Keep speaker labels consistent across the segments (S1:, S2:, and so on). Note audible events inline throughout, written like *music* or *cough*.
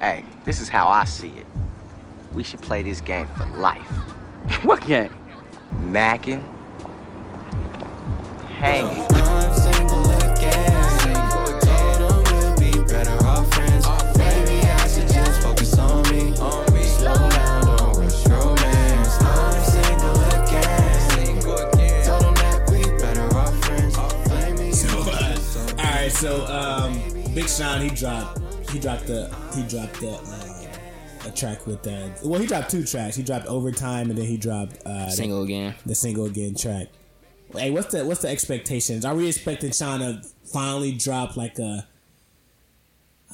S1: Hey, this is how I see it. We should play this game for life.
S2: *laughs* What game?
S1: Macking, hanging.
S3: I'm single again. Told her we'll be better off friends. Maybe I should just focus on me. Slow down, don't rush romance. I'm single again. Told him that we better off friends. Maybe I should just focus
S4: So, uh,
S3: on
S4: all right, so um, Big Sean he dropped he dropped the he dropped the uh, a track with that. Well, he dropped two tracks. He dropped overtime, and then he dropped uh, the-
S5: Single again.
S4: the single again track. Hey, what's the what's the expectations? Are we expecting Sean to finally drop like a?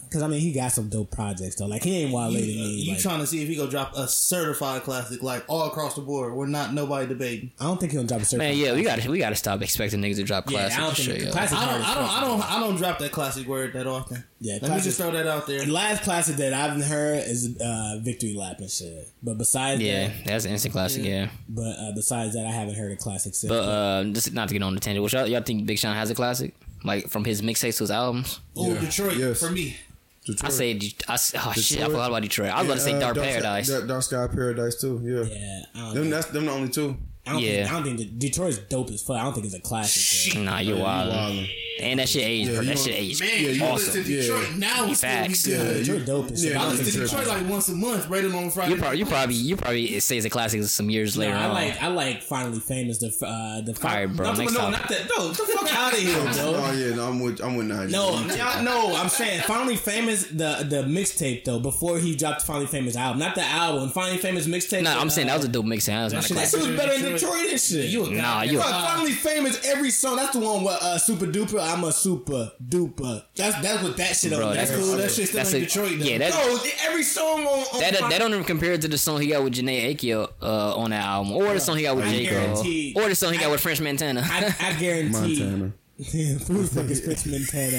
S4: Because I mean, he got some dope projects though. Like he ain't wild
S6: You, uh,
S4: lady me.
S6: you
S4: like,
S6: trying to see if he gonna drop a certified classic like all across the board? We're not nobody debating.
S4: I don't think he'll drop a certain.
S5: Man, yeah, we gotta we gotta stop expecting niggas to drop
S4: yeah,
S5: classics.
S4: I don't
S5: for
S4: think
S5: sure,
S4: the
S5: yo.
S4: classic.
S6: I don't, I don't, I
S4: hardest-
S6: don't, I don't drop that classic word that often.
S4: Yeah,
S6: let me just
S4: classic-
S6: throw that out there.
S4: The last classic that I've heard is uh, "Victory Lap" and shit. But besides
S5: yeah,
S4: that,
S5: that's an instant classic. Yeah,
S4: but uh, besides that, I haven't heard a classic since.
S5: but uh, just not to get on the tangent. Which y'all, y'all think Big Sean has a classic? Like from his mixtapes to his albums?
S6: Oh,
S7: Yeah.
S6: Detroit
S7: Yes.
S6: for me.
S7: Detroit.
S5: I say, De- I s- oh shit, I
S7: Detroit.
S5: forgot about Detroit. I was about to say
S7: Yeah, uh,
S5: Dark
S7: Sky-
S5: Paradise.
S7: Dark, Dark Sky Paradise too. Yeah.
S4: yeah, I don't,
S7: Them
S4: think,
S7: that's them the only two.
S4: I don't,
S5: Yeah.
S4: think, I don't think that Detroit's dope as fuck. I don't think it's a classic.
S5: Nah, you're wild.
S7: Wildin'.
S5: And that shit aged,
S7: Yeah,
S5: bro.
S7: you
S5: That
S7: know-
S5: shit aged.
S7: Yeah, you
S5: awesome.
S7: listen to Detroit
S6: now.
S5: it's still- Facts.
S7: Yeah,
S4: though.
S7: you-
S4: Detroit dope as
S7: yeah,
S4: fuck.
S7: I
S6: I
S7: listen
S6: listen to
S7: to
S6: Detroit like once a month, right along Friday.
S5: You probably, you probably, you probably say it's a classic some years later
S4: No, I
S5: on.
S4: like I like finally famous the uh, the
S5: All right, bro.
S4: No,
S5: next
S4: no,
S5: time.
S4: not that. No, get the fuck out of here,
S7: *laughs*
S4: bro.
S7: Oh yeah, no, I'm with I'm with Nigel.
S4: No,
S7: I'm
S4: I'm not- no, I'm saying finally famous the the mixtape though before he dropped finally famous album, not the album. Finally famous mixtape. uh,
S5: Nah, I'm saying that was a dope mixtape. That was not a
S4: Shit, that
S5: classic.
S4: shit was better than Detroit and shit.
S6: You a
S5: Nah,
S6: goddamn-
S5: you a-
S4: Fuck, finally famous every song. That's the one with uh, super duper. I'm a super duper. That's that's what that shit
S5: Bro,
S4: on.
S5: that's-
S4: That's
S6: That's cool. That shit still
S5: That's
S6: in
S5: a-
S6: Detroit. Though.
S5: yeah, that-
S4: no every song on. on
S5: That, that don't even compare to the song he got with Janae Akio uh, on that album, or the song he got with
S4: I
S5: J.
S4: guarantee-
S5: Cole, or the song he got with French Montana. *laughs*
S4: I, I guarantee. *laughs*
S7: *laughs* Montana.
S4: Yeah, who the fuck is Prince Montana?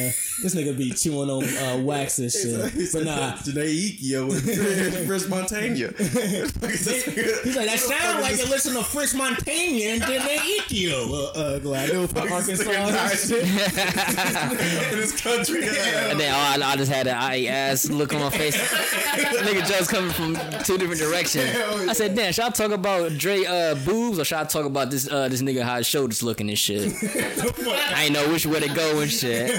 S4: This nigga be chewing on uh, wax and shit. But nah,
S7: Today
S4: *laughs*
S7: Ikea with Chris Montana.
S4: he's
S7: *laughs*
S4: like, that sound like you listen to French Montana and then they eat *laughs* you. Uh, uh, glad it was from Arkansas and *laughs* shit. *laughs*
S7: in *laughs* this country.
S5: and then oh, I, I just had an I ass look on
S4: *laughs*
S5: my face. Nigga jokes coming from two different directions.
S7: Hell
S5: I said, damn, should I talk about Dre uh, boobs or should I talk about this uh, this nigga how his shoulders looking
S4: *laughs*
S5: and shit? I ain't know which way to go and shit.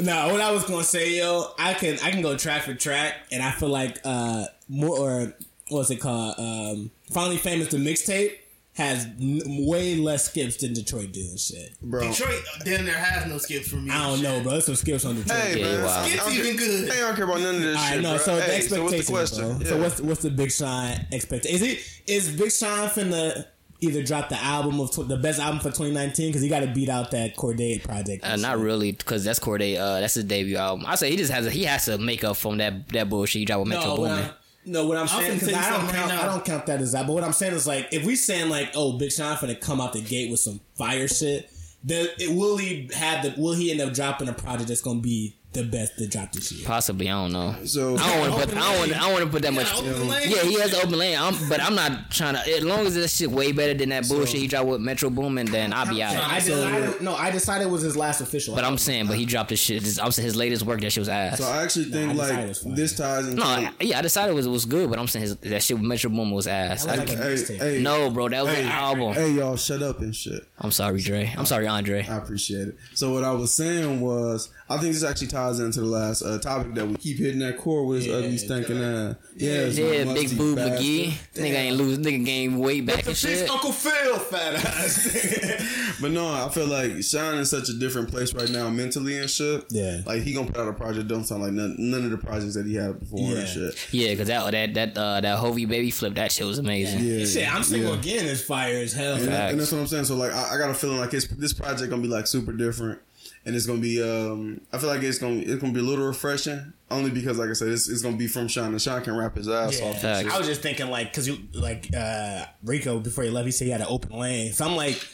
S4: Nah, what I was gonna say, yo, I can I can go track for track, and I feel like uh more or what's it called? Um, Finally famous the mixtape has n- way less skips than Detroit do and shit.
S7: Bro.
S6: Detroit damn there has no skips for me.
S4: I don't know, bro. There's some skips on Detroit.
S7: Hey,
S5: Yeah,
S7: man.
S5: you wild.
S7: I
S6: It's
S7: don't
S6: even
S7: care-
S6: good.
S7: Hey, I don't care about none of this
S4: All right,
S7: shit.
S4: no.
S7: bro.
S4: So the
S7: Hey, so what's
S4: expectation,
S7: the question?
S4: bro.
S7: Yeah.
S4: So what's what's the Big Sean expectation? Is it is Big Sean finna either drop the album of tw- the best album for 2019 because he got to beat out that Cordae project?
S5: Uh, not really, because that's Corday. Uh, that's his debut album. I say he just has a, he has to make up from that that bullshit he dropped with Metro
S4: no, what
S5: Boomin.
S4: I'm, no. What I'm saying
S6: finna
S4: because
S6: tell you
S4: I don't
S6: something right
S4: count
S6: now.
S4: I don't count that as that. But what I'm saying is like if we saying like oh Big Sean finna come out the gate with some fire shit, then it, will he have the will he end up dropping a project that's gonna be the best to drop this year?
S5: Possibly, I don't know.
S7: So-
S5: I don't want to put I don't want I don't want to put that much.
S6: open lane.
S5: Yeah, he has open lane. I'm, but I'm not trying to. As long as this shit way better than that bullshit he dropped with Metro Boomin, then I'll be out.
S4: I decided, no, I decided it was his last official.
S5: But I'm saying, but he dropped his shit. His, I'm saying his latest work that shit was ass.
S7: So I actually think
S4: Nah, I decided
S7: like
S4: it's fine.
S7: this ties into
S5: no, I, yeah, I decided it was it was good, but I'm saying his, that shit with Metro Boomin was ass.
S4: That was
S5: I-
S4: like a
S7: Hey,
S4: mixtape.
S7: hey,
S5: no, bro, that was
S7: hey,
S5: an album.
S7: Hey, y'all, shut up and shit.
S5: I'm sorry, Dre. I'm sorry, Andre.
S7: I appreciate it. So what I was saying was, I think this actually ties into the last uh, topic that we keep hitting that core with is ugly stinking ass. Yeah, it's
S5: Yeah,
S7: my
S5: Big
S7: musty
S5: Boo
S7: bastard.
S5: McGee. Nigga ain't lose. Nigga gained weight back and shit.
S7: Uncle Phil, fat ass. but no, I feel like Sean is such a different place right now mentally and shit.
S4: Yeah.
S7: like he gonna put out a project don't sound like none, none of the projects that he had before
S4: Yeah.
S7: and shit.
S5: Yeah, cause that that that uh, that Hovey baby flip that shit was amazing.
S7: Yeah,
S4: Shit, I'm single
S7: yeah.
S4: again is fire as hell.
S7: And, that- and
S5: Facts.
S7: that's what I'm saying. So like, I, I got a feeling like it's, this project gonna be like super different, and it's gonna be. um I feel like it's gonna it's gonna be a little refreshing, only because like I said, it's, it's gonna be from Sean, and Sean can rap his ass off.
S5: Facts.
S4: I was just thinking like because you like uh Rico before he left, he said he had an open lane. So I'm like,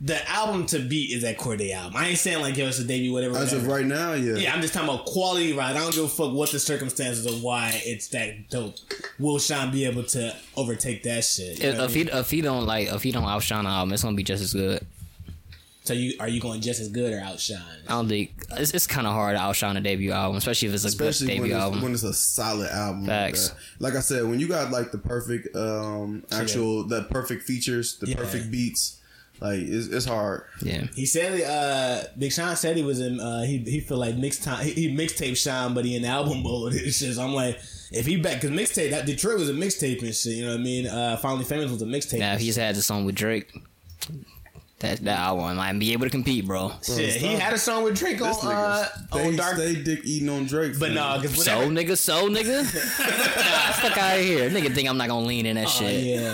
S4: the album to beat is that Corday album. I ain't saying like give us a debut, whatever.
S7: As of
S4: whatever.
S7: right now, yeah.
S4: yeah, I'm just talking about quality right. I don't give a fuck what the circumstances of why it's that dope. Will Sean be able to overtake that shit? You know
S5: If,
S4: what I
S5: if
S4: mean?
S5: he if he don't like if he don't outshine the album, it's gonna be just as good.
S4: So you are you going just as good or outshine?
S5: I don't think it's, it's kind of hard to outshine a debut album, especially if it's a
S7: especially
S5: good
S7: when
S5: debut
S7: it's,
S5: album.
S7: when it's a solid album. like
S5: Facts.
S7: that. Like I said, when you got like the perfect um actual the perfect features, the
S4: Yeah.
S7: perfect beats, like it's, it's hard.
S5: yeah,
S4: He said, uh, Big Sean said he was in, uh, he, he feel like mix time, he, he mixtape Sean, but he in album *laughs* mode and shit. So I'm like, if he back, cause mixtape, that Detroit was a mixtape and shit, you know what I mean? Uh, Finally Famous was a mixtape.
S5: now
S4: and
S5: if he
S4: shit.
S5: just had the song with Drake, that that album might be able to compete, bro.
S4: Shit, he had a song with Drake on,
S7: This
S4: uh,
S7: nigga
S4: on
S7: stay,
S4: Dark.
S7: stay dick eating on Drake.
S4: But
S7: fam.
S4: no, cause
S5: So
S4: whenever,
S5: nigga, so
S4: *laughs*
S5: nigga, nah, fuck out of here, nigga. Think I'm not gonna lean in that shit?
S4: Oh, yeah.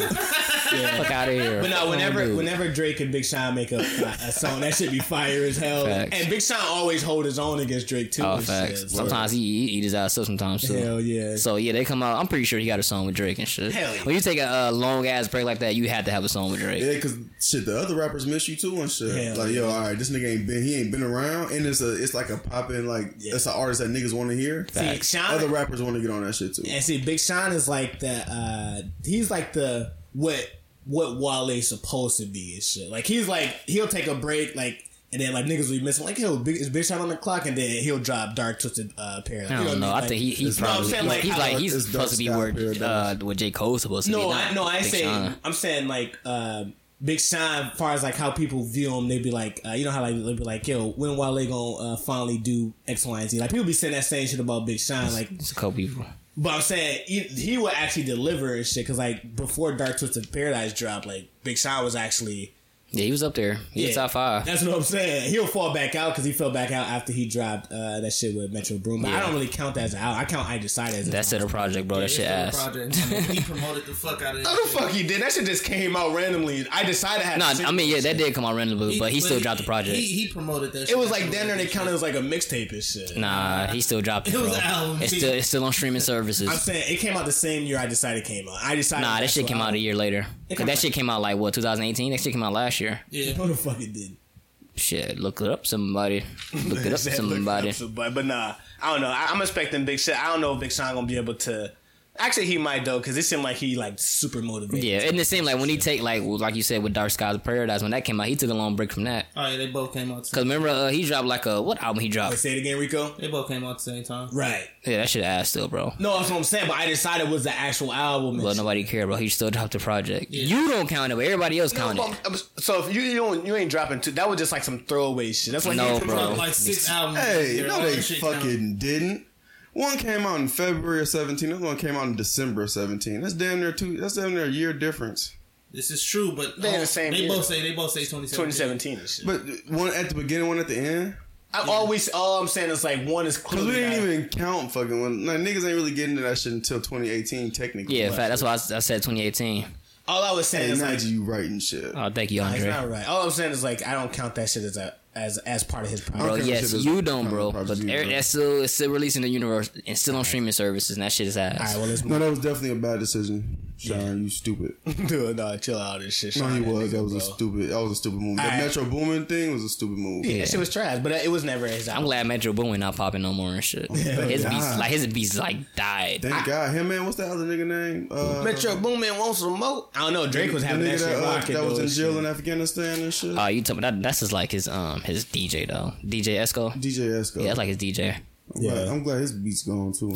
S4: yeah.
S5: Fuck out of here. *laughs*
S4: But no,
S5: Fuck on,
S4: whenever
S5: dude.
S4: whenever Drake and Big Sean make a, a song, that should be fire as hell.
S5: Facts.
S4: And Big Sean always hold his own against Drake too.
S5: oh
S4: and shit.
S5: facts.
S4: So-
S5: Sometimes he he eat his ass up. Sometimes too.
S4: Hell yeah.
S5: So yeah, they come out. I'm pretty sure he got a song with Drake and shit.
S4: Hell yeah.
S5: When you take a, uh long ass break like that, you had to have a song with Drake.
S7: Yeah, because shit, the other rappers miss you too and shit.
S4: Hell
S7: like, yo, all right, this nigga ain't been, he ain't been around, and it's a, it's like a poppin', like
S4: Yeah.
S7: it's an artist that niggas want to hear.
S4: See, Sean,
S7: Other rappers want to get on that shit too.
S4: And see, Big Sean is like the uh he's like the what what Wale's supposed to be and shit. Like he's like he'll take a break like and then like niggas will be missing like yo big is Big Sean on the clock and then he'll drop Dark Twisted uh Paradise.
S5: I
S4: You
S5: don't
S4: what
S5: know.
S4: mean?
S5: I think he, he
S7: it's not-
S5: probably
S4: I'm saying, like,
S5: he's,
S4: I-
S5: like
S7: it's
S5: he's
S7: Dark
S5: supposed to be
S7: Sky
S5: where uh,
S7: Paradise.
S5: where J Cole's supposed to be.
S4: No,
S5: not
S4: I, no, I
S5: Big
S4: say
S5: Sean.
S4: I'm saying like uh, Big Sean. As far as like how people view him, they be like, uh, you know how like they be like, yo, when Wale gonna uh, finally do X, Y, and Z? Like people be saying that same shit about Big Sean. Like,
S5: It's a couple people.
S4: but I'm saying he, he would actually deliver and shit because like before Dark Twisted Paradise dropped, like Big Sean was actually
S5: Yeah, he was up there. He was top five.
S4: That's what I'm saying. He'll fall back out because he fell back out after he dropped uh, that shit with Metro Boom. But I
S5: Yeah.
S4: don't really count that as an out. I count I Decide as an
S5: That's it, a project, bro. that shit ass.
S6: he promoted the fuck out of it.
S4: How *laughs* the fuck he did? That shit just came out randomly. I decided had.
S5: No,
S4: to-
S5: I mean yeah, that did come out randomly, but he still dropped the project.
S6: He, he promoted that.
S4: It was like down there. They counted as like a mixtape and shit.
S5: nah, he still dropped it.
S6: It was
S5: bro.
S6: an album,
S5: It's
S6: B.
S5: still it's still on streaming services.
S4: I'm saying it came out the same year I decided came out. I decided.
S5: Nah, that shit
S4: *laughs*
S5: came out a year later.
S4: It
S5: 'Cause
S4: come
S5: that shit came out like what 2018. That shit came out last year.
S6: Yeah.
S4: No, the fuck it did.
S5: Shit, look it up, somebody. Look
S4: *laughs*
S5: it up, somebody.
S4: But but nah, I don't know. I, I'm expecting Big Sean. I don't know if Big Sean gonna be able to. Actually, he might though, because it seemed like he like super motivated.
S5: Yeah, and it seemed like when he take like like you said with Dark Skies of Paradise when that came out, he took a long break from that.
S6: All right, they both came out.
S5: Cause
S6: The
S5: remember uh, he dropped like a what album he dropped?
S4: Say it again, Rico.
S6: they both came out at the same time.
S4: Right.
S5: Yeah, that shit ass still, bro.
S4: No, that's what I'm saying. But I decided it was the actual album.
S5: But nobody cared, bro. He still dropped the project. You don't count it, but everybody else count it.
S4: so if you you, don't, you ain't dropping two, that was just like some throwaway shit. That's like
S5: No,
S4: he-
S5: bro.
S6: Like six albums.
S7: Hey,
S6: They're
S7: no,
S6: all
S7: they
S6: that shit
S7: fucking didn't. One came out in February of 17. The other one came out in December of 17. That's damn near two. That's damn near a year difference.
S6: This is true, but oh,
S4: They in the same
S6: They
S4: year.
S6: both say they both say 2017.
S4: 2017 and shit.
S7: But one at the beginning, one at the end.
S4: I always all I'm saying is like one is
S7: Cause
S4: clearly
S7: we didn't
S4: not-
S7: even count fucking one. Like, niggas ain't really getting to that shit until 2018, technically.
S5: Yeah, in fact, that's why I, s- I said 2018.
S4: all I was saying
S7: Hey,
S4: is like
S7: Najee, you writing shit.
S5: Oh, thank you,
S4: it's
S5: Andre.
S4: not right. All I'm saying is like I don't count that shit as a as as part of his
S5: Bro,
S4: project.
S7: Okay,
S5: Oh, yes,
S7: shit is-
S5: you don't, bro.
S7: Probably
S5: But
S7: you,
S5: er-
S7: bro.
S5: that's still it's still released in the universe and still on streaming services, and that shit is
S4: All right,
S5: ass.
S4: well
S7: *laughs*
S4: let's
S7: No, that was definitely a bad decision. Sean, you stupid.
S4: do it. No, chill out and shit.
S7: No, he
S4: Sean,
S7: was.
S4: nigga,
S7: That was a
S4: bro.
S7: stupid. That was a stupid move.
S4: All
S7: That
S4: right.
S7: Metro Boomin thing was a stupid move.
S4: Yeah, that shit was trash, but it was never his.
S5: I'm
S4: Album.
S5: glad Metro Boomin not popping no more and shit. his
S7: God.
S5: beats like his beats like died.
S7: Thank God. Him man, what's that other nigga name? Uh,
S4: Metro Boomin wants some more. I don't know. Drake was
S7: the
S4: having
S7: nigga
S4: that shit
S7: that, uh,
S4: rocking.
S7: that was
S4: though,
S7: in
S4: and
S7: jail
S4: shit. Uh,
S7: in Afghanistan and shit.
S5: Oh, you talking that? That's just like his um his DJ though, DJ Esco.
S7: DJ Esco.
S5: Yeah, that's like his DJ.
S7: I'm, glad,
S4: Yeah.
S7: I'm glad his beat's
S4: *laughs*
S7: gone too.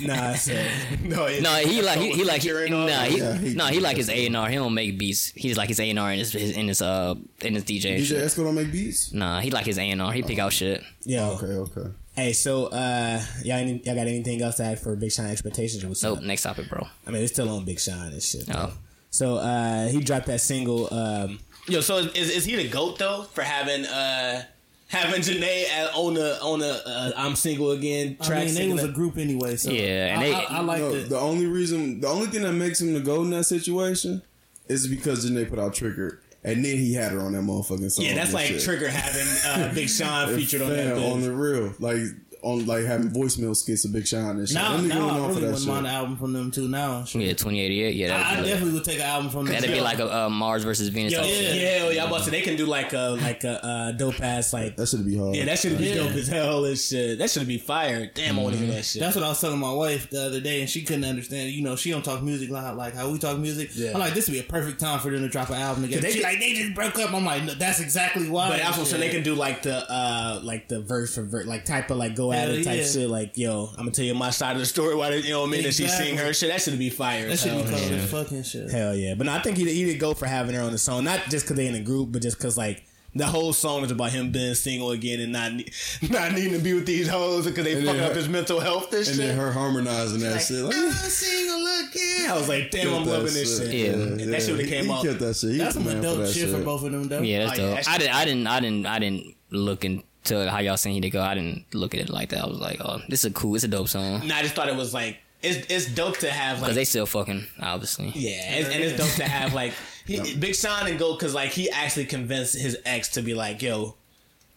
S4: Nah, I
S7: *laughs*
S4: said no. it-
S5: No, he like he, he like nah, he,
S7: Yeah, he-
S5: no, he like his A and R. He don't make beats. He's like his A and R and his his- in his uh in his DJ. and
S7: DJ
S5: shit.
S7: Esco don't make beats.
S5: Nah, he like his A and R. He pick out shit.
S4: Yo,
S7: Okay, okay.
S4: Hey, so uh, y'all, any, y'all got anything else to add for Big Sean expectations? Or what's
S5: Nope.
S4: up?
S5: Next topic, bro.
S4: I mean, it's still on Big Sean and shit.
S5: Oh.
S4: So uh, he dropped that single. Um, Yo, so is, is, is he the goat though for having uh, having Janae at- on the on the uh, I'm single again track?
S6: I mean, they
S4: singing
S6: was a
S4: that-
S6: group anyway, so
S5: Yeah, and
S6: I,
S5: they-
S6: I, I liked
S7: No,
S6: it.
S7: the only reason, the only thing that makes him the goat in that situation is because Janae put out Trigger, and then he had her on that motherfucking song.
S4: yeah, that's
S7: and
S4: like
S7: shit.
S6: *laughs*
S4: Trigger having uh, Big Sean featured on that.
S7: Fam,
S4: bitch.
S7: on the real, like on like having voicemail skits of Big Sean and shit.
S6: Now,
S7: That nigga
S6: now I
S7: went on for
S6: really
S7: that
S6: wouldn't
S7: shit.
S6: mind an album from them too. Now,
S5: Yeah, 2088. Yeah,
S6: I, I
S5: that'd, be, like,
S6: definitely would take an album from them.
S5: that'd be like a uh, Mars versus Venus.
S4: Yo,
S5: type shit.
S4: yeah, yeah, yeah, I'm about to. They can do like a like a uh, dope ass like.
S7: That should be hard.
S4: Yeah, that should be dope as hell and shit. That should be fire. Damn, I want to hear that shit.
S6: Mm-hmm. That's what I was telling my wife the other day, and she couldn't understand. You know, she don't talk music like like how we talk music.
S4: Yeah.
S6: I'm like, this would be a perfect time for them to drop an album together.
S4: they
S6: She
S4: could-
S6: like, they just broke up. I'm like, no, that's exactly why.
S4: But also, so
S6: Oh, Yeah.
S4: they can do like the uh like the verse for verse, like type of like go at
S6: Hell
S4: it type
S6: yeah.
S4: shit. Like yo, I'm gonna tell you my side of the story. Why did- you know what I mean? And she
S6: Exactly.
S4: sing her shit. That should be fire.
S6: That
S4: as
S6: should be
S7: Oh,
S4: hell.
S6: cold as fucking shit.
S4: Hell yeah! But no, I think he he did go for having her on the song, not just because they in a group, but just because like the whole song is about him being single again and not ne- not needing to be with these hoes because they
S7: And
S4: fucking
S7: then
S4: up
S7: her-
S4: his mental health. This
S7: *laughs* and
S4: shit.
S7: then her harmonizing that
S1: Like,
S7: shit.
S4: *laughs*
S7: Like, *laughs*
S4: I'm single again. I was like, damn, I'm
S7: that
S4: loving this shit.
S5: Yeah.
S4: And that shit would've came
S7: he
S4: out-
S7: Kept that shit. He
S6: That's
S7: was
S6: some
S7: the man for
S6: dope
S7: that
S6: shit,
S7: shit.
S6: for both of them, though.
S5: Yeah, that's
S4: Oh, yeah,
S5: dope.
S4: that's-
S5: I didn't, I didn't, I didn't, I didn't look into how y'all seen he did go. I didn't look at it like that. I was like, oh, this is cool. It's a dope song
S4: And I just thought it was like it's it's dope to have like
S5: because they still fucking obviously.
S4: Yeah, and, and it's dope to have
S5: *laughs*
S4: like he, Big Sean and Go because like he actually convinced his ex to be like, yo,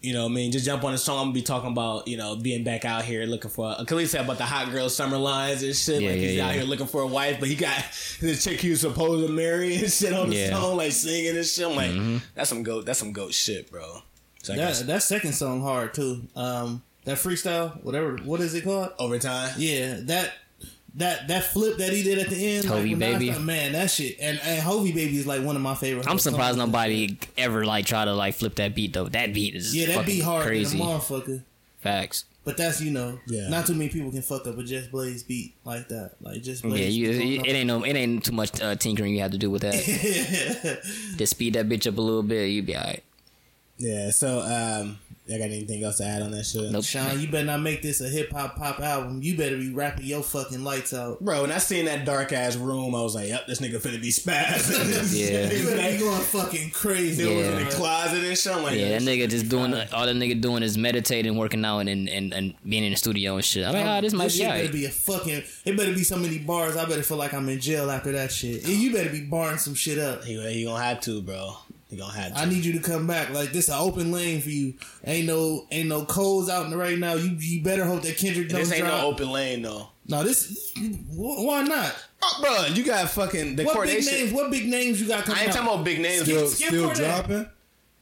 S4: you know, what I mean, just jump on the song. I'm gonna be talking about you know being back out here looking for. Cause he said about the hot girl summer lines and shit.
S5: Yeah,
S4: like
S5: yeah,
S4: he's out
S5: yeah.
S4: here looking for a wife, but he got *laughs* the chick he was supposed to marry and shit on the
S5: Yeah. Mm-hmm.
S4: song, like singing and shit. I'm like, that's some goat. That's some goat shit, bro. So I guess
S6: That, that second song hard too. Um, that freestyle, whatever, what is it called?
S4: overtime.
S6: Yeah, that that that flip that he did at the end,
S5: Hovey
S6: when I
S5: Baby.
S6: thought- man, that shit. And, and Hovey Baby is like one of my favorite.
S5: I'm surprised
S6: songs.
S5: nobody ever like try to like flip that beat though. That beat is
S6: Yeah, that
S5: fucking
S6: be hard, crazy.
S5: crazy.
S6: motherfucker.
S5: Facts.
S6: But that's you know,
S4: Yeah.
S6: not too many people can fuck up a Just Blaze beat like that. Like Just Blaze,
S5: Yeah, you, it, it ain't no, it ain't too much uh, tinkering you have to do with that.
S6: *laughs*
S5: Just speed that bitch up a little bit, you be alright.
S4: Yeah. So um, y'all got anything else to add on that shit?
S5: Nope.
S6: Sean, you better not make this a hip hop pop album. You better be rapping your fucking
S4: *laughs*
S6: lights out.
S4: Bro, when I seen that dark ass room, I was like, "Yep, this nigga finna be
S7: *laughs*
S4: spazzing." *laughs*
S5: Yeah.
S6: You
S4: He's
S6: better be
S4: like,
S6: going fucking crazy.
S5: Yeah.
S4: was in the closet and shit. I'm like,
S5: Yeah, that nigga just doing all that nigga doing is meditating, working out, and and, and being in the studio and shit. I'm like, ah, this might be
S6: shit better
S5: alright.
S6: be a fucking. It better be so many bars. I better feel like I'm in jail after that shit. And you better be barring some shit up.
S4: He, he gonna have to, bro. He gonna have to.
S6: I need you to come back. Like this, an open lane for you. Ain't no, ain't no codes out in the right now. You, you better hope that Kendrick don't
S4: this ain't
S6: drop.
S4: no open lane though. Uh,
S6: no, this. Why not?
S4: bro, you got fucking the
S6: What big
S4: coordination.
S6: names? What big names you
S4: I
S6: got coming
S4: ain't
S6: out?
S4: talking about big names.
S7: Still,
S4: but-
S6: Skip
S7: still
S6: for that.
S7: dropping.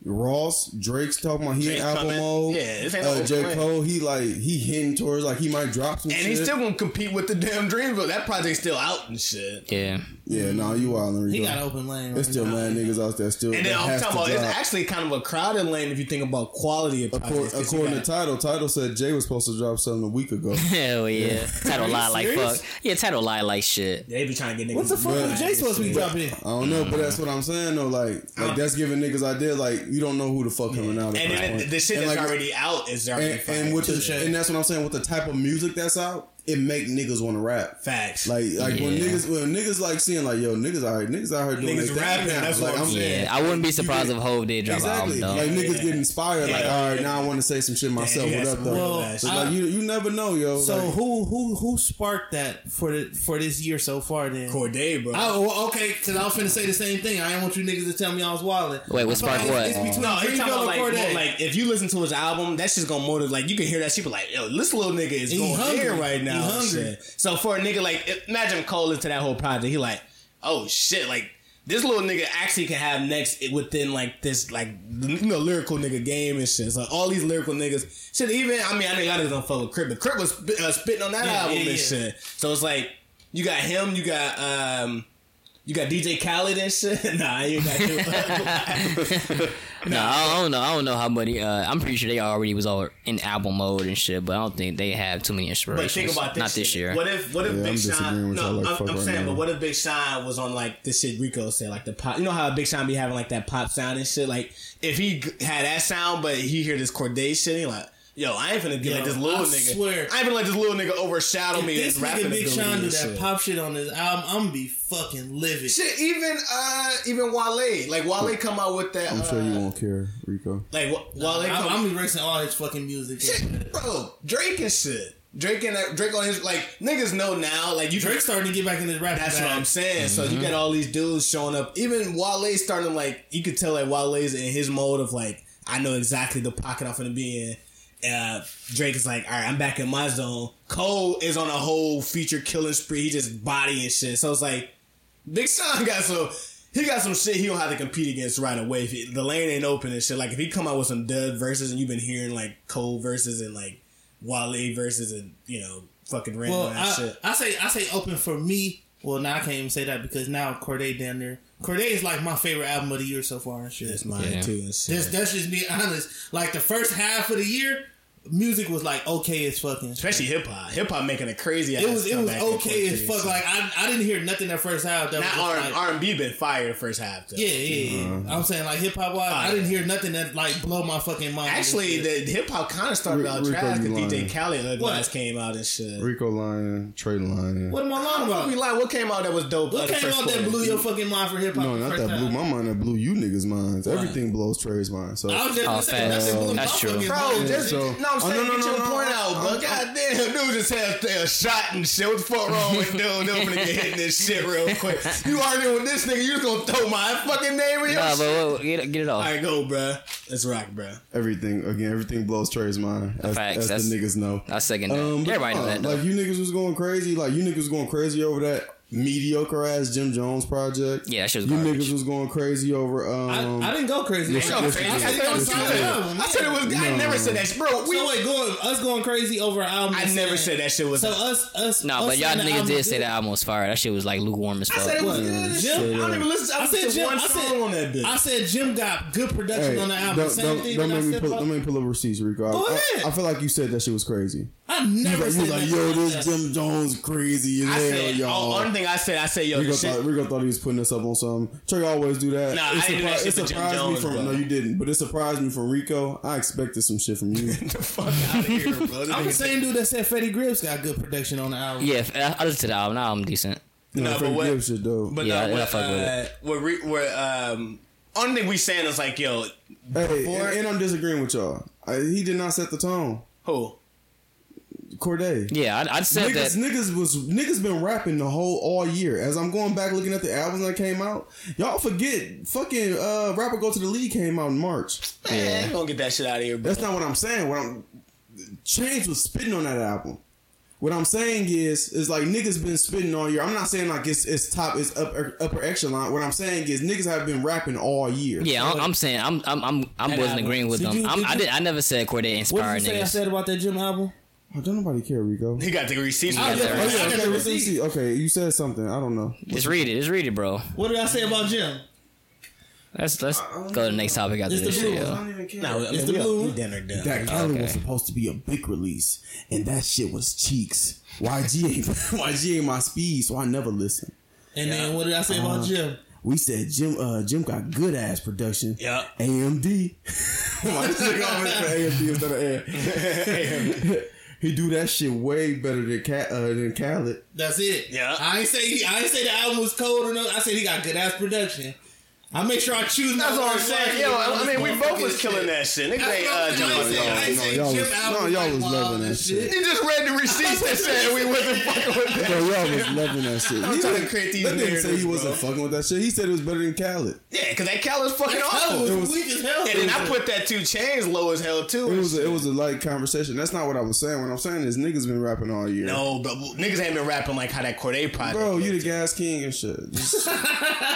S7: Ross, Drake's talking about he
S4: Drake's
S7: in album
S4: coming.
S7: mode.
S4: Yeah, oh, this ain't no
S7: uh, J.
S4: friend.
S7: Cole, he like he hitting towards like he might drop some
S4: and
S7: shit.
S4: he's still gonna compete with the damn Dreamville. That project's still out and shit.
S5: Yeah,
S7: yeah, nah, you wild.
S6: He got open lane.
S7: There's
S6: right
S7: still
S6: now.
S4: *laughs*
S7: mad niggas out there still.
S4: And
S7: that
S4: then I'm
S7: has
S4: talking
S7: to
S4: about it's
S7: drop.
S4: actually kind of a crowded lane if you think about quality of projects.
S7: According,
S4: 'cause you
S7: according to
S4: got-
S7: title, title said Jay was supposed to drop something a week ago.
S5: hell yeah. Title lie like
S4: serious?
S5: fuck. Yeah, title lie like shit.
S4: they be trying to get niggas.
S6: What the fuck
S7: Bruh.
S6: was Jay supposed to be dropping?
S7: I don't know, but that's what I'm saying though. Like, like that's giving niggas idea. Like, you don't know who the fuck coming out.
S4: Uh-huh.
S7: at
S4: And
S7: this
S4: then the,
S7: point.
S4: the shit
S7: And,
S4: that's
S7: like,
S4: already out is already
S7: and,
S4: fire.
S7: and with
S4: Touche.
S7: the, and that's what I'm saying. With the type of music that's out, it make niggas want to rap.
S4: facts.
S7: Like, like when
S5: Yeah.
S7: niggas, when niggas like seeing like, yo, niggas all right, niggas out here doing
S4: Niggas
S7: their thing
S4: rapping,
S7: now.
S4: that's
S7: like,
S4: what I'm
S5: Yeah,
S4: saying.
S5: I wouldn't be surprised if Hove did drop
S7: Exactly.
S5: an album
S7: Like
S5: though.
S7: niggas get inspired. Like,
S4: Yeah.
S7: all right, now I want to say some shit myself.
S4: you
S7: What
S4: got
S7: up
S4: some
S7: though?
S4: real
S6: ass
S7: So
S6: shit.
S7: like, you you never know, yo.
S6: So
S7: Like,
S6: who who who sparked that for the for this year so far? Then
S4: Corday, bro.
S6: Oh, well, okay, because I was finna say the same thing. I didn't want you niggas to tell me I was wilding.
S5: Wait, what sparked what?
S6: It's between
S4: No, he's talking
S6: Dreamville
S4: about
S6: and
S4: like,
S6: Cordae.
S4: more like if you listen to his album, that's just gonna motivate. Like you can hear that shit, be like, yo, this little nigga is
S6: He
S4: going
S6: hungry.
S4: there right now.
S6: He
S4: and
S6: hungry.
S4: shit. So for a nigga like, imagine Cole into that whole project. He like, oh shit, like this little nigga actually can have next within like this like you know lyrical nigga game and shit. So all these lyrical niggas, shit. Even I mean, I think I just don't fuck with Crip, but Crip was spit- uh, spitting on that
S6: Yeah,
S4: album
S6: yeah,
S4: and
S6: yeah.
S4: shit. So it's like you got him, you got um. You got DJ Khaled and shit. *laughs* Nah, I ain't got
S6: *laughs*
S4: him.
S5: No, I don't know. I don't know how many. Uh, I'm pretty sure they already was all in album mode and shit, but I don't think they have too many
S4: But
S5: inspirations.
S4: think about this.
S5: Not this
S4: shit.
S5: year.
S4: What if what if
S7: Yeah, I'm
S4: Big
S7: disagreeing
S4: Sean?
S7: with y'all
S4: No,
S7: like
S4: I'm,
S7: fuck
S4: I'm
S7: right
S4: saying,
S7: now.
S4: but what if Big Sean was on like the shit Rico said, like the pop? You know how Big Sean be having like that pop sound and shit. Like if he g- had that sound, but he hear this Cordae shit, he like. Yo, I ain't finna be
S6: Yo,
S4: like this little
S6: I
S4: nigga.
S6: swear.
S4: I ain't finna let this little nigga overshadow me.
S6: this
S4: This rapping
S6: nigga Big
S4: ability
S6: Sean do
S4: and
S6: that
S4: shit.
S6: pop shit on his album. I'm gonna be fucking livid.
S4: shit. Even uh, even Wale, like Wale, come out with that.
S7: I'm sure you
S4: uh,
S7: won't care, Rico.
S4: Like Wa- Wale,
S6: I'm,
S4: come,
S6: I'm erasing all his fucking music.
S4: shit, bro. Drake and shit. Drake and that Drake on his like niggas know now. Like you
S6: Drake's starting to get back in his rap.
S4: That's
S6: bag.
S4: what I'm saying. So you got all these dudes showing up. Even Wale starting like you could tell like Wale's in his mode of like I know exactly the pocket I'm gonna be in. uh, Drake is like, all right, I'm back in my zone. Cole is on a whole feature killing spree. He just bodying shit. So it's like, Big Sean got some. He got some shit he don't have to compete against right away. If it- the lane ain't open and shit, like if he come out with some dud verses and you've been hearing like Cole verses and like Wale verses and you know fucking random
S6: Well,
S4: ass
S6: I,
S4: shit.
S6: I say I say open for me. Well, now I can't even say that because now Corday down there. Corday is like my favorite album of the year so far and shit.
S4: That's mine
S5: Yeah.
S4: too and shit.
S6: That's that's just being *laughs* honest. Like the first half of the year, music was like okay as fucking.
S4: Especially hip hop. Hip hop making a crazy.
S6: It was it was okay as fuck. Like I I didn't hear nothing that first half. That
S4: not
S6: was just
S4: R
S6: like,
S4: R and B been fired first half. Though.
S6: Yeah, yeah, yeah. I'm saying like hip hop wise, I
S4: Fire.
S6: didn't hear nothing that like blow my fucking mind.
S4: Actually, the hip hop kind of started
S7: Rick-
S4: out
S7: Rick
S4: trash
S7: Rubin
S4: because
S7: lying.
S4: DJ Khaled Ugly
S6: What?
S4: Eyes came out and shit.
S7: Rico lying, Trey lying.
S6: what am I lying
S4: What we
S6: about?
S4: like? What came out that was dope?
S6: What
S4: uh, the
S6: came
S4: first
S6: out that
S4: quarter?
S6: blew your fucking mind for hip hop?
S7: No, not that blew my mind. That blew you niggas' minds. Everything blows Trey's mind. So
S6: I was just
S5: Oh,
S6: gonna say
S5: facts.
S6: nothing blew my
S5: That's true.
S6: fucking
S4: Bro,
S6: mind.
S4: just
S7: so-
S4: no, I'm
S7: Oh,
S4: saying
S7: no, no,
S4: get
S7: no,
S4: your
S7: no,
S4: point
S7: no,
S4: out, bro. Goddamn, *laughs* dude just had a shot and shit. What the fuck wrong with dude? Dude finna get hit in this shit real
S7: *laughs*
S4: quick. You arguing with this nigga? You just gonna throw my fucking name in your
S5: Nah, Uh, but
S4: shit?
S5: whoa, get, it- get it off.
S4: All right, go, bro. Let's rock, bro.
S7: everything again, everything blows Trey's mind. As,
S5: Facts,
S7: as
S5: that's-
S7: the niggas know.
S5: I second that.
S7: Um,
S6: Um,
S7: but
S5: Everybody
S7: nah,
S5: know that. though.
S7: Like you niggas was going crazy. Like you niggas was going crazy over that mediocre ass Jim Jones project.
S5: Yeah, that shit
S7: you
S5: was garbage.
S7: niggas was going crazy over.
S6: I,
S7: Um,
S6: I didn't go crazy.
S7: Listen-
S6: I
S4: Yo,
S6: go
S7: listen
S4: crazy.
S6: crazy.
S7: to
S4: I
S7: this.
S4: said it was
S7: Listen to
S4: good.
S7: this.
S4: I said it was. I
S7: No.
S4: never said that, shit. bro. We.
S6: So wait, going us going crazy over our album.
S4: I
S6: is
S4: never
S6: saying-
S4: said that shit was.
S6: So us us.
S5: No,
S6: us
S5: but y'all
S6: saying the
S5: niggas
S6: album
S5: did
S6: is
S5: say
S6: good.
S5: that album was fire. That shit was like lukewarm as
S4: I
S5: fuck.
S4: said it was
S7: Yeah,
S4: good. and shit. I
S7: straight
S4: don't
S7: up.
S4: even listen. I,
S6: I
S4: listened
S6: said
S4: to
S6: Jim.
S4: one
S6: I
S4: song
S6: said
S4: on that bitch.
S6: I said Jim got good production
S7: Hey,
S6: on the album.
S7: don't,
S6: Same
S7: don't,
S6: thing
S7: don't
S6: that I
S7: make me
S6: said
S7: pull,
S6: about-
S7: don't make me pull up receipts, Rico. I,
S6: Go
S7: I-
S6: ahead.
S7: I feel like you said that shit was crazy.
S6: I never
S7: Like, you
S6: said
S7: was like,
S6: nothing
S7: yo,
S6: about
S7: this
S6: that.
S7: Jim Jones crazy as
S4: I
S7: hell,
S4: said.
S7: y'all.
S4: Oh, only thing I said. I said, yo,
S7: Rico
S4: this shit.
S7: thought, Rico thought he was putting this up on something. Trey always do that.
S4: Nah, I didn't do that shit to Jim Jones,
S7: me from
S4: bro.
S7: no, you didn't. But it surprised me from Rico. I expected some shit from you.
S6: *laughs* I'm the same dude that said Freddie Gibbs got good production on the album.
S5: Yeah, f- I I listened to the album. The album decent.
S7: You know,
S4: No, but
S7: Freddie
S4: what-
S7: Gibbs shit though.
S4: But
S5: Yeah,
S4: no,
S5: I- I
S4: what,
S5: fuck with
S4: uh, what, re, what, um, only thing we saying is like, yo,
S7: hey,
S4: before-
S7: and, and I'm disagreeing with y'all. I, he did not set the tone.
S4: who?
S7: Corday.
S5: Yeah, I, I said
S7: Niggas,
S5: that.
S7: niggas was niggas been rapping the whole all year. As I'm going back looking at the albums that came out, y'all forget fucking uh rapper go to the league came out in March.
S4: Man, I'm Eh, gonna get that shit out of here, bro.
S7: That's not what I'm saying. What I'm Change was spitting on that album. What I'm saying is, is like niggas been spitting all year. I'm not saying like it's it's top, it's upper upper echelon. What I'm saying is niggas have been rapping all year.
S5: Yeah, I'm, I'm saying I'm I'm I'm, I'm wasn't
S6: album.
S5: agreeing with
S6: Did
S5: them.
S6: you-
S5: I'm,
S6: did
S5: I
S6: you-
S5: did. I never said Cordae
S6: What did
S5: inspired
S6: you say I
S5: niggas.
S6: said about that Jim album?
S7: Oh, don't nobody care, Rico.
S4: He got the receipts.
S5: Yeah,
S4: for that.
S5: there.
S6: Oh, yeah, I got
S7: okay,
S6: the
S7: let's
S6: receipt.
S7: see. okay, you said something. I don't know.
S5: Just read it. Just read it, bro.
S6: What did I say about Jim?
S5: Let's let's go to the next topic after
S6: Uh, It's
S5: this
S6: the
S5: shit.
S6: blue
S5: yo.
S6: one.
S7: even care.
S4: No, I mean,
S6: It's the
S4: we,
S6: blue
S4: we
S6: one.
S4: done are done.
S6: That
S7: Tyler
S5: Okay.
S7: was supposed to be a big release, and that shit was cheeks. YG ain't *laughs* YG ain't my speed, so I never listen.
S6: And then what did I say
S7: Uh-huh.
S6: about Jim?
S7: We said Jim uh Jim got good ass production.
S4: Yeah.
S7: *laughs* AMD. Why this nigga always say AMD instead of AM? *laughs* He do that shit way better than Cat uh, than Khaled.
S6: That's it.
S4: Yeah.
S6: I ain't say he, I ain't say the album was cold or nothing. I said he got good ass production. I make sure I choose. my
S4: That's what I'm
S6: words
S4: saying.
S6: wisely
S4: Yo,
S6: on
S4: I
S6: this
S4: mean, we both
S6: motherfucking
S4: was killing
S6: shit.
S4: that shit. Nigga
S6: That's
S4: ain't,
S6: what
S4: uh,
S6: I'm saying. I
S4: Jim
S6: ain't saying- I ain't saying
S7: No, y'all
S6: Jim
S7: was-
S6: album
S7: no, y'all
S6: like
S7: was
S6: wild
S7: loving
S6: and
S7: that shit.
S4: He just read the receipts that said we wasn't fucking with that.
S7: Bro, y'all was loving that *laughs* shit.
S4: I'm trying
S7: He
S4: to
S7: didn't-
S4: create these
S7: That nigga say
S4: narratives,
S7: he wasn't
S4: bro.
S7: fucking with that shit. He said it was better than Khaled.
S4: Yeah, because that cal is fucking
S6: That
S4: awful.
S6: was,
S7: It was-
S6: weak as hell.
S4: And then I put that two chains low as hell too.
S7: It was a, it was a light conversation. That's not what I was saying. What I'm saying is niggas been rapping all year.
S4: no, but niggas ain't been rapping like how that Cordae project.
S7: Bro, you the gas king and shit. Just-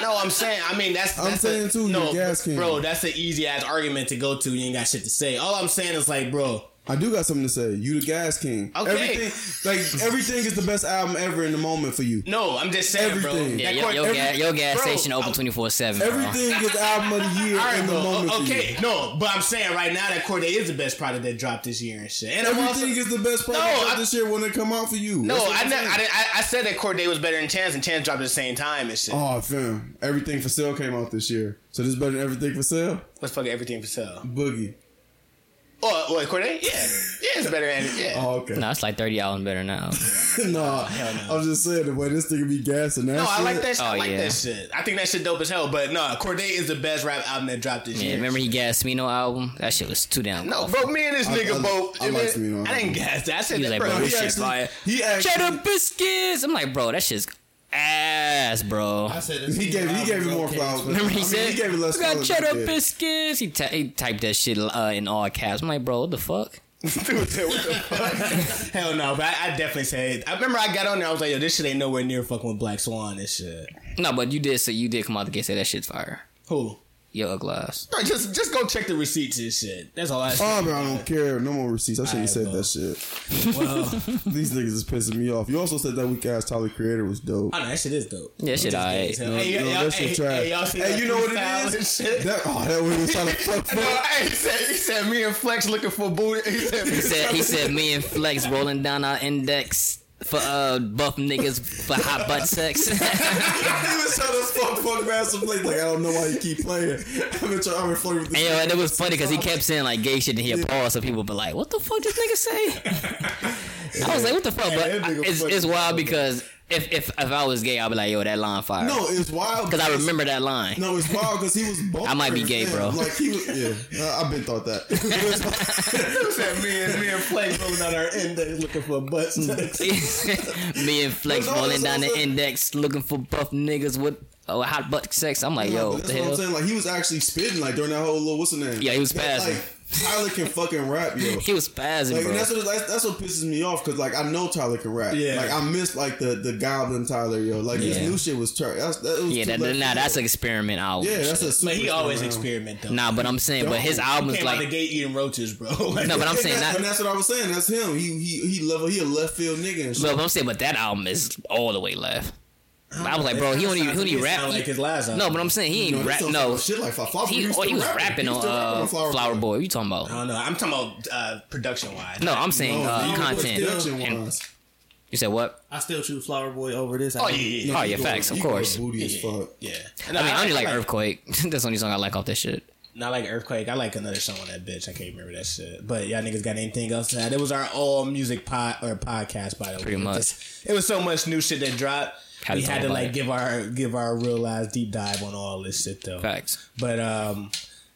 S4: No, I'm saying. I mean, that's.
S7: I'm
S4: that's
S7: saying,
S4: a,
S7: too,
S4: No,
S7: you gas can.
S4: bro, that's an easy ass argument to go to. You ain't got shit to say. All I'm saying is like, bro,
S7: I do got something to say. You the gas king.
S4: Okay.
S7: Everything, like everything is the best album ever in the moment for you.
S4: no, I'm just saying,
S7: Everything.
S4: bro.
S5: Yeah,
S4: That
S5: yo,
S4: court-
S5: yo,
S4: every-
S5: ga- yo gas
S4: bro,
S5: station open
S4: I'm-
S5: twenty four seven.
S7: Everything is album of the year
S4: All right,
S7: in the
S4: bro.
S7: moment.
S4: o-
S7: for you.
S4: Okay, no, but I'm saying right now that Cordae is the best product that dropped this year and shit. And I'm also,
S7: Everything is the best product
S4: No,
S7: out
S4: I-
S7: this year when it come out for you.
S4: no,
S7: That's what
S4: I,
S7: I'm
S4: ne-
S7: saying.
S4: I, didn't- I I said that Cordae was better than Chance, and Chance dropped at the same time and shit.
S7: Oh, fam. Everything for sale came out this year. So this is better than everything for sale?
S4: Let's fuck everything for sale.
S7: Boogie.
S4: Oh, what Cordae? Yeah, yeah, it's better than yeah.
S7: Oh, okay.
S5: No, it's like thirty albums better
S6: *laughs*
S5: now.
S7: *laughs* nah. I'm just saying the way this nigga be gassing that
S4: No, I
S7: shit.
S4: like that. Shit. I
S5: Oh,
S4: like
S5: yeah.
S4: that shit. I think that shit dope as hell. But no, Cordae is the best rap album that dropped this
S5: Yeah,
S4: year.
S5: remember he gassed me no album? That shit was too damn.
S4: No,
S5: awful.
S4: bro, me and this
S7: I-
S4: nigga
S7: I-
S4: both.
S7: I
S4: and
S7: like
S4: then-
S7: Smino Allen.
S4: I didn't gas that. I said
S5: He
S4: that,
S5: was like, bro,
S4: bro.
S5: this
S7: he
S5: shit
S7: actually-
S5: fire.
S7: he actually-
S5: Cheddar biscuits. I'm like, bro, that shit's ass, bro.
S6: I said
S7: He gave he gave it more flowers.
S5: *laughs* Remember he
S7: I mean,
S5: said,
S7: he gave it less
S5: "We got
S7: flowers
S5: cheddar
S7: than he did.
S5: biscuits." He, ty- he typed that shit uh, in all caps. I'm like, bro, what the fuck?
S2: Dude, what the fuck?
S4: Hell no, but I, I definitely say I remember I got on there. I was like, yo, this shit ain't nowhere near fucking with Black Swan and shit.
S5: No, but you did say you did come out the gate say that shit's fire.
S4: Who?
S5: Yo, Ugg lives.
S4: Bro, just just go check the receipts and shit. That's all I. Say.
S7: Oh, bro, I don't care. No more receipts. I shouldn't have said that
S4: *laughs*
S7: shit. *laughs* These niggas is pissing me off. You also said that weak ass Tyler Creator was dope.
S4: I know Oh, that shit is dope.
S5: Yeah, shit, alright.
S4: Hey, hey,
S7: no,
S4: y'all,
S7: that shit
S4: hey,
S7: trash.
S4: hey, y'all see
S7: Hey,
S4: that
S7: you know what it
S4: freestyle
S7: is?
S4: and *laughs* shit?
S7: That, oh, that one
S4: *laughs*
S7: was trying to fuck
S2: No,
S7: fuck.
S2: hey, he said, he said me and Flex looking
S4: *laughs*
S2: for booty. He said,
S5: He said he said me and Flex rolling down our index for uh buff niggas for hot butt sex. *laughs*
S7: He was trying to *laughs* fuck fuck Master Flex. Like, I don't know why you keep playing. *laughs* I've been trying, I've been flirting with this.
S5: And, yo, and it was funny because he kept saying like gay shit and he'd pause, so people would be like, "What the fuck this nigga say?"
S7: *laughs*
S5: I was like, "What the fuck?" But
S7: that
S5: I-
S7: nigga
S5: it's,
S7: funny
S5: it's wild because if if if I was gay, I'd be like, "Yo, that line fire,"
S7: No, it's wild.
S5: because I remember that line.
S7: No, it's wild because he was
S5: *laughs*
S7: both.
S5: I might be gay, bro.
S7: Like he was,
S5: *laughs*
S7: yeah. I- I've been thought that. *laughs*
S4: Said me and me and Flex rolling on our index looking for butts.
S5: *laughs* Me and Flex
S7: But no,
S5: rolling
S7: that's
S5: down
S7: what I'm
S5: the
S7: saying.
S5: index looking for buff niggas with oh, hot butt sex. I'm like,
S7: No,
S5: yo,
S7: but
S5: what
S7: that's
S5: the
S7: what I'm
S5: hell?
S7: saying. Like he was actually spitting like during that whole little what's the name?
S5: Yeah, he was
S7: That,
S5: passing.
S7: Like, Tyler can fucking rap, yo.
S5: *laughs* He was spazzing,
S7: Like,
S5: bro.
S7: and that's what that's, that's what pisses me off because like I know Tyler can rap.
S4: Yeah.
S7: Like I miss like the the Goblin Tyler, yo. Like this
S5: Yeah.
S7: new shit was trash. That's, that was
S5: yeah,
S7: too
S5: that,
S7: left
S5: nah,
S7: field.
S5: that's an experiment album.
S7: yeah, that's a.
S4: Man, he
S7: super
S4: always
S7: round.
S4: experiment though.
S5: nah, but I'm saying, but his album's
S4: Came out the
S5: like,
S4: gate eating roaches, bro. *laughs* Like,
S5: no, but I'm
S7: And
S5: saying
S7: that's-
S5: not.
S7: and that's what I was saying. That's him. He he he level. He a left field nigga. And shit.
S5: Well, but I'm saying, but that album is all the way left. I was like, bro, he only he only
S4: It
S5: rap.
S4: sound like his last
S5: no,
S4: album.
S5: but I'm saying he ain't
S7: You know,
S5: rap.
S7: he still
S5: No,
S7: shit like Flower
S5: he,
S7: was
S5: oh, he
S7: still
S5: was rapping on
S7: still rapping
S5: uh, Flower
S7: Boy.
S5: Boy. What you talking
S4: I
S5: about?
S4: don't know. I'm talking about uh, production wise.
S5: No, I'm saying
S7: No,
S5: uh,
S7: Flower Boy
S5: content.
S7: production
S5: And-
S7: wise.
S5: you said what?
S6: I still choose Flower Boy over this.
S4: Oh
S6: album.
S4: yeah, yeah, yeah.
S5: Oh yeah, facts, of
S7: You go
S5: course.
S7: Booty as fuck.
S4: yeah.
S5: I mean, I only like
S4: Earthquake.
S5: Earthquake. *laughs* That's the only song I like off that shit.
S4: Not like Earthquake. I like another song on that bitch. I can't remember that shit. But y'all niggas got anything else to add? It was our all music pod or podcast by the way.
S5: Pretty much.
S4: Just- It was so much new shit that dropped.
S5: Had to
S4: we
S5: talk
S4: had to
S5: about
S4: like
S5: it.
S4: give our give our realized deep dive on all this shit though.
S5: Facts.
S4: But um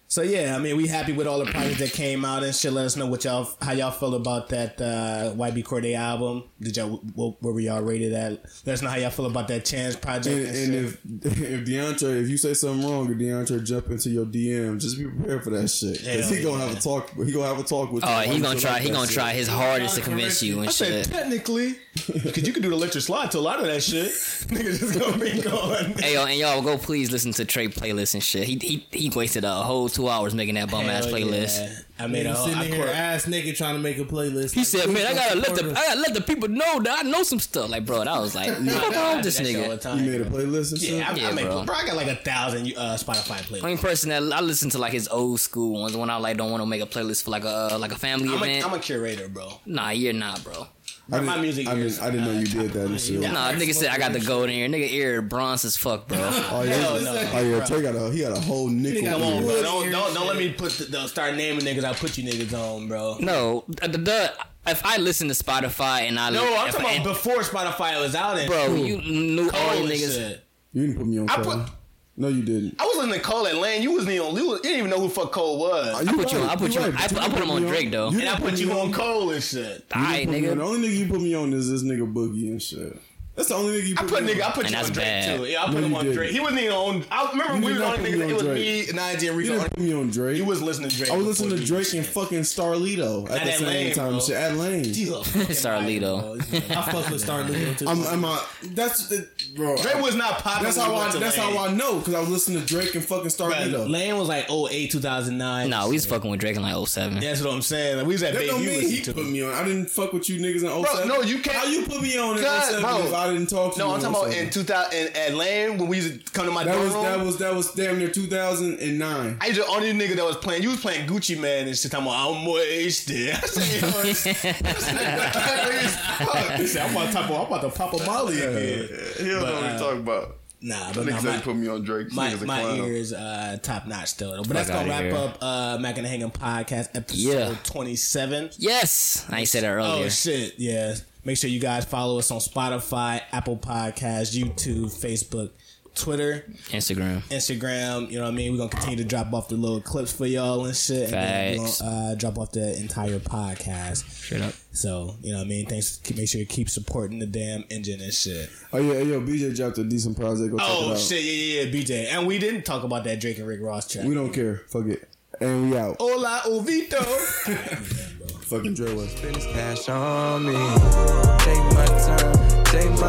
S4: so yeah, I mean we happy with all the projects that came out and shit. Let us know what y'all how y'all feel about that uh YB Corday album. Did y'all what, where were y'all rated at? Let us know how y'all feel about that Chance project. And,
S7: And, and
S4: shit.
S7: if *laughs* if Deontay, if you say something wrong, if Deontay jump into your DM, just be prepared for that shit. Cause he
S4: Hell
S7: gonna have a talk. He gonna have a talk with. you.
S5: Oh,
S7: Why
S5: he
S7: you
S5: gonna
S7: feel
S5: try.
S7: like
S5: He
S7: that
S5: gonna
S7: shit?
S5: try his hardest to convince you and
S4: I said
S5: shit.
S4: technically, because you could do the electric slide to a lot of that shit. *laughs* Nigga just gonna be gone.
S5: Hey y'all, and y'all go please listen to Trey playlist and shit. He he he wasted a whole two hours making that bum ass
S4: Hell
S5: playlist.
S4: yeah. I
S6: Man,
S4: made a
S6: I'm
S4: whole.
S6: sitting
S4: I
S6: here
S4: cor-
S6: ass naked trying to make a playlist.
S5: He said, "Man, I gotta let the I gotta let the people know that I know some stuff." Like, bro, and I was like,
S4: *laughs*
S5: "Fuck
S4: I
S5: wrong
S4: do
S5: with this
S4: that shit all the
S5: nigga."
S4: time.
S7: You made a playlist and shit.
S4: Yeah, I,
S5: Yeah,
S4: I make,
S5: bro.
S4: bro. I got like a thousand uh, Spotify playlists.
S5: Only person that I listen to like his old school ones. When I like don't want to make a playlist for like a uh, like a family
S4: I'm a,
S5: event.
S4: I'm a curator, bro.
S5: nah, you're not, bro.
S7: I
S4: my
S7: didn't-
S4: music
S7: I
S4: ears-
S7: didn't, I didn't know you did that
S5: *laughs*
S7: and shit.
S5: Nah, nigga said I got the gold in here. Nigga ear bronze as fuck,
S4: *laughs*
S5: bro.
S7: Oh yeah,
S4: Hell no.
S7: oh yeah. Trey got a he got a whole nickel.
S4: Come on,
S7: ear.
S4: bro. Don't don't, don't let me put the, don't start naming niggas. I put you niggas on, bro.
S5: no, the, the, if I listen to Spotify and I
S4: No, I'm
S5: if
S4: talking
S5: I-
S4: about before Spotify was out. And
S5: bro, you knew all
S4: Cole and
S5: niggas.
S4: shit.
S7: You didn't put me on.
S4: I
S7: Trey.
S4: put-
S7: No, you didn't.
S4: I was listening to Cole and Lane. You wasn't even you was- you didn't even know who fuck Cole was.
S5: I put you on- I put you on- I
S7: but
S5: put- I
S7: didn't
S5: put him on
S7: me
S5: Drake, though.
S4: and I
S7: didn't
S4: put
S7: me
S4: you on
S7: You
S4: Cole and shit.
S5: All right,
S7: didn't put me on. The
S5: nigga.
S7: only nigga you put me on is this nigga Boogie and shit. That's the only nigga you
S4: I
S7: put.
S4: put
S7: me
S4: nigga, I
S7: on.
S4: put
S5: And
S4: you
S5: that's
S4: on Drake
S5: bad.
S4: too. Yeah, I
S7: No,
S4: put him
S7: you
S4: on
S7: didn't.
S4: Drake. He wasn't even on. I remember
S7: You
S4: we
S7: did
S4: were the
S7: not
S4: only
S7: put
S4: niggas.
S7: me on
S4: It was
S7: Drake.
S4: me, Najee, and
S7: You
S4: Rico.
S7: didn't put me on Drake.
S4: You was listening to Drake.
S7: I was
S4: before
S7: listening to
S4: you
S7: Drake
S4: listened.
S7: and fucking Starlito at
S4: At
S7: the
S4: that
S7: same
S4: lane,
S7: time.
S4: bro.
S7: and Shit, at lane.
S4: *laughs* You a fucking
S5: Starlito.
S4: liar, bro.
S6: I fuck with Star Luther too.
S7: I'm, I'm a, that's the, bro.
S4: Drake was not popular.
S7: that's how
S4: when
S7: I.
S4: he went to
S7: That's
S4: Lane.
S7: how I know because I was listening to Drake and fucking
S4: Bro,
S7: Starlito.
S4: Lane was like oh, 08, 2009.
S5: Nah, we was fucking with Drake in like 07.
S4: That's what I'm saying. Like, we was at
S7: That
S4: Big
S7: don't
S4: U
S7: mean he
S4: listening to
S7: put
S4: him.
S7: me on. I didn't fuck with you niggas in 07.
S2: no, you can't-
S7: How you put me on in
S2: God,
S7: 07
S2: bro.
S7: if I didn't talk to you?
S2: No, I'm
S7: in
S2: talking about
S7: 07?
S2: in 2000 in at Lane when we used to come to my
S7: That
S2: dorm
S7: was
S2: room.
S7: that was that was damn near 2009.
S2: I was the only nigga that was playing. You was playing Gucci Man and shit. I'm like, I'm more
S4: *laughs*
S2: aged than- I said, yo, it's-
S4: He said, I'm about to pop, I'm about to pop a Molly again. uh,
S2: He don't know what he's talking about.
S4: Nah, but
S2: Niggas
S4: nah,
S2: said he
S4: my,
S2: put me on Drake.
S4: my,
S2: Niggas a
S4: my
S2: clown.
S4: ears uh, top notch still. But that's
S5: Fuck
S4: gonna
S5: outta
S4: wrap
S5: here.
S4: up uh, Mac and Hangin podcast episode
S5: Yeah.
S4: 27.
S5: Yes, I ain't said that
S4: Oh
S5: earlier.
S4: shit, yeah. Make sure you guys follow us on Spotify, Apple Podcasts, YouTube, Facebook, Twitter,
S5: Instagram.
S4: Instagram. You know what I mean? We're gonna continue to drop off the little clips for y'all and shit. And then we're
S5: Facts.
S4: gonna uh, drop off the entire podcast.
S5: Straight up.
S4: So, you know what I mean? Thanks keep make sure you keep supporting the damn engine and shit.
S7: Oh yeah, yo, BJ dropped a decent project. Go check it
S4: Oh
S7: out.
S4: shit, yeah, yeah, yeah, BJ. And we didn't talk about that Drake and Rick Ross track. Oh.
S7: We don't care. Fuck it, and we out.
S4: Hola, Ovito.
S8: fucking Dre was.
S7: Spend this cash on me. Take my time, take my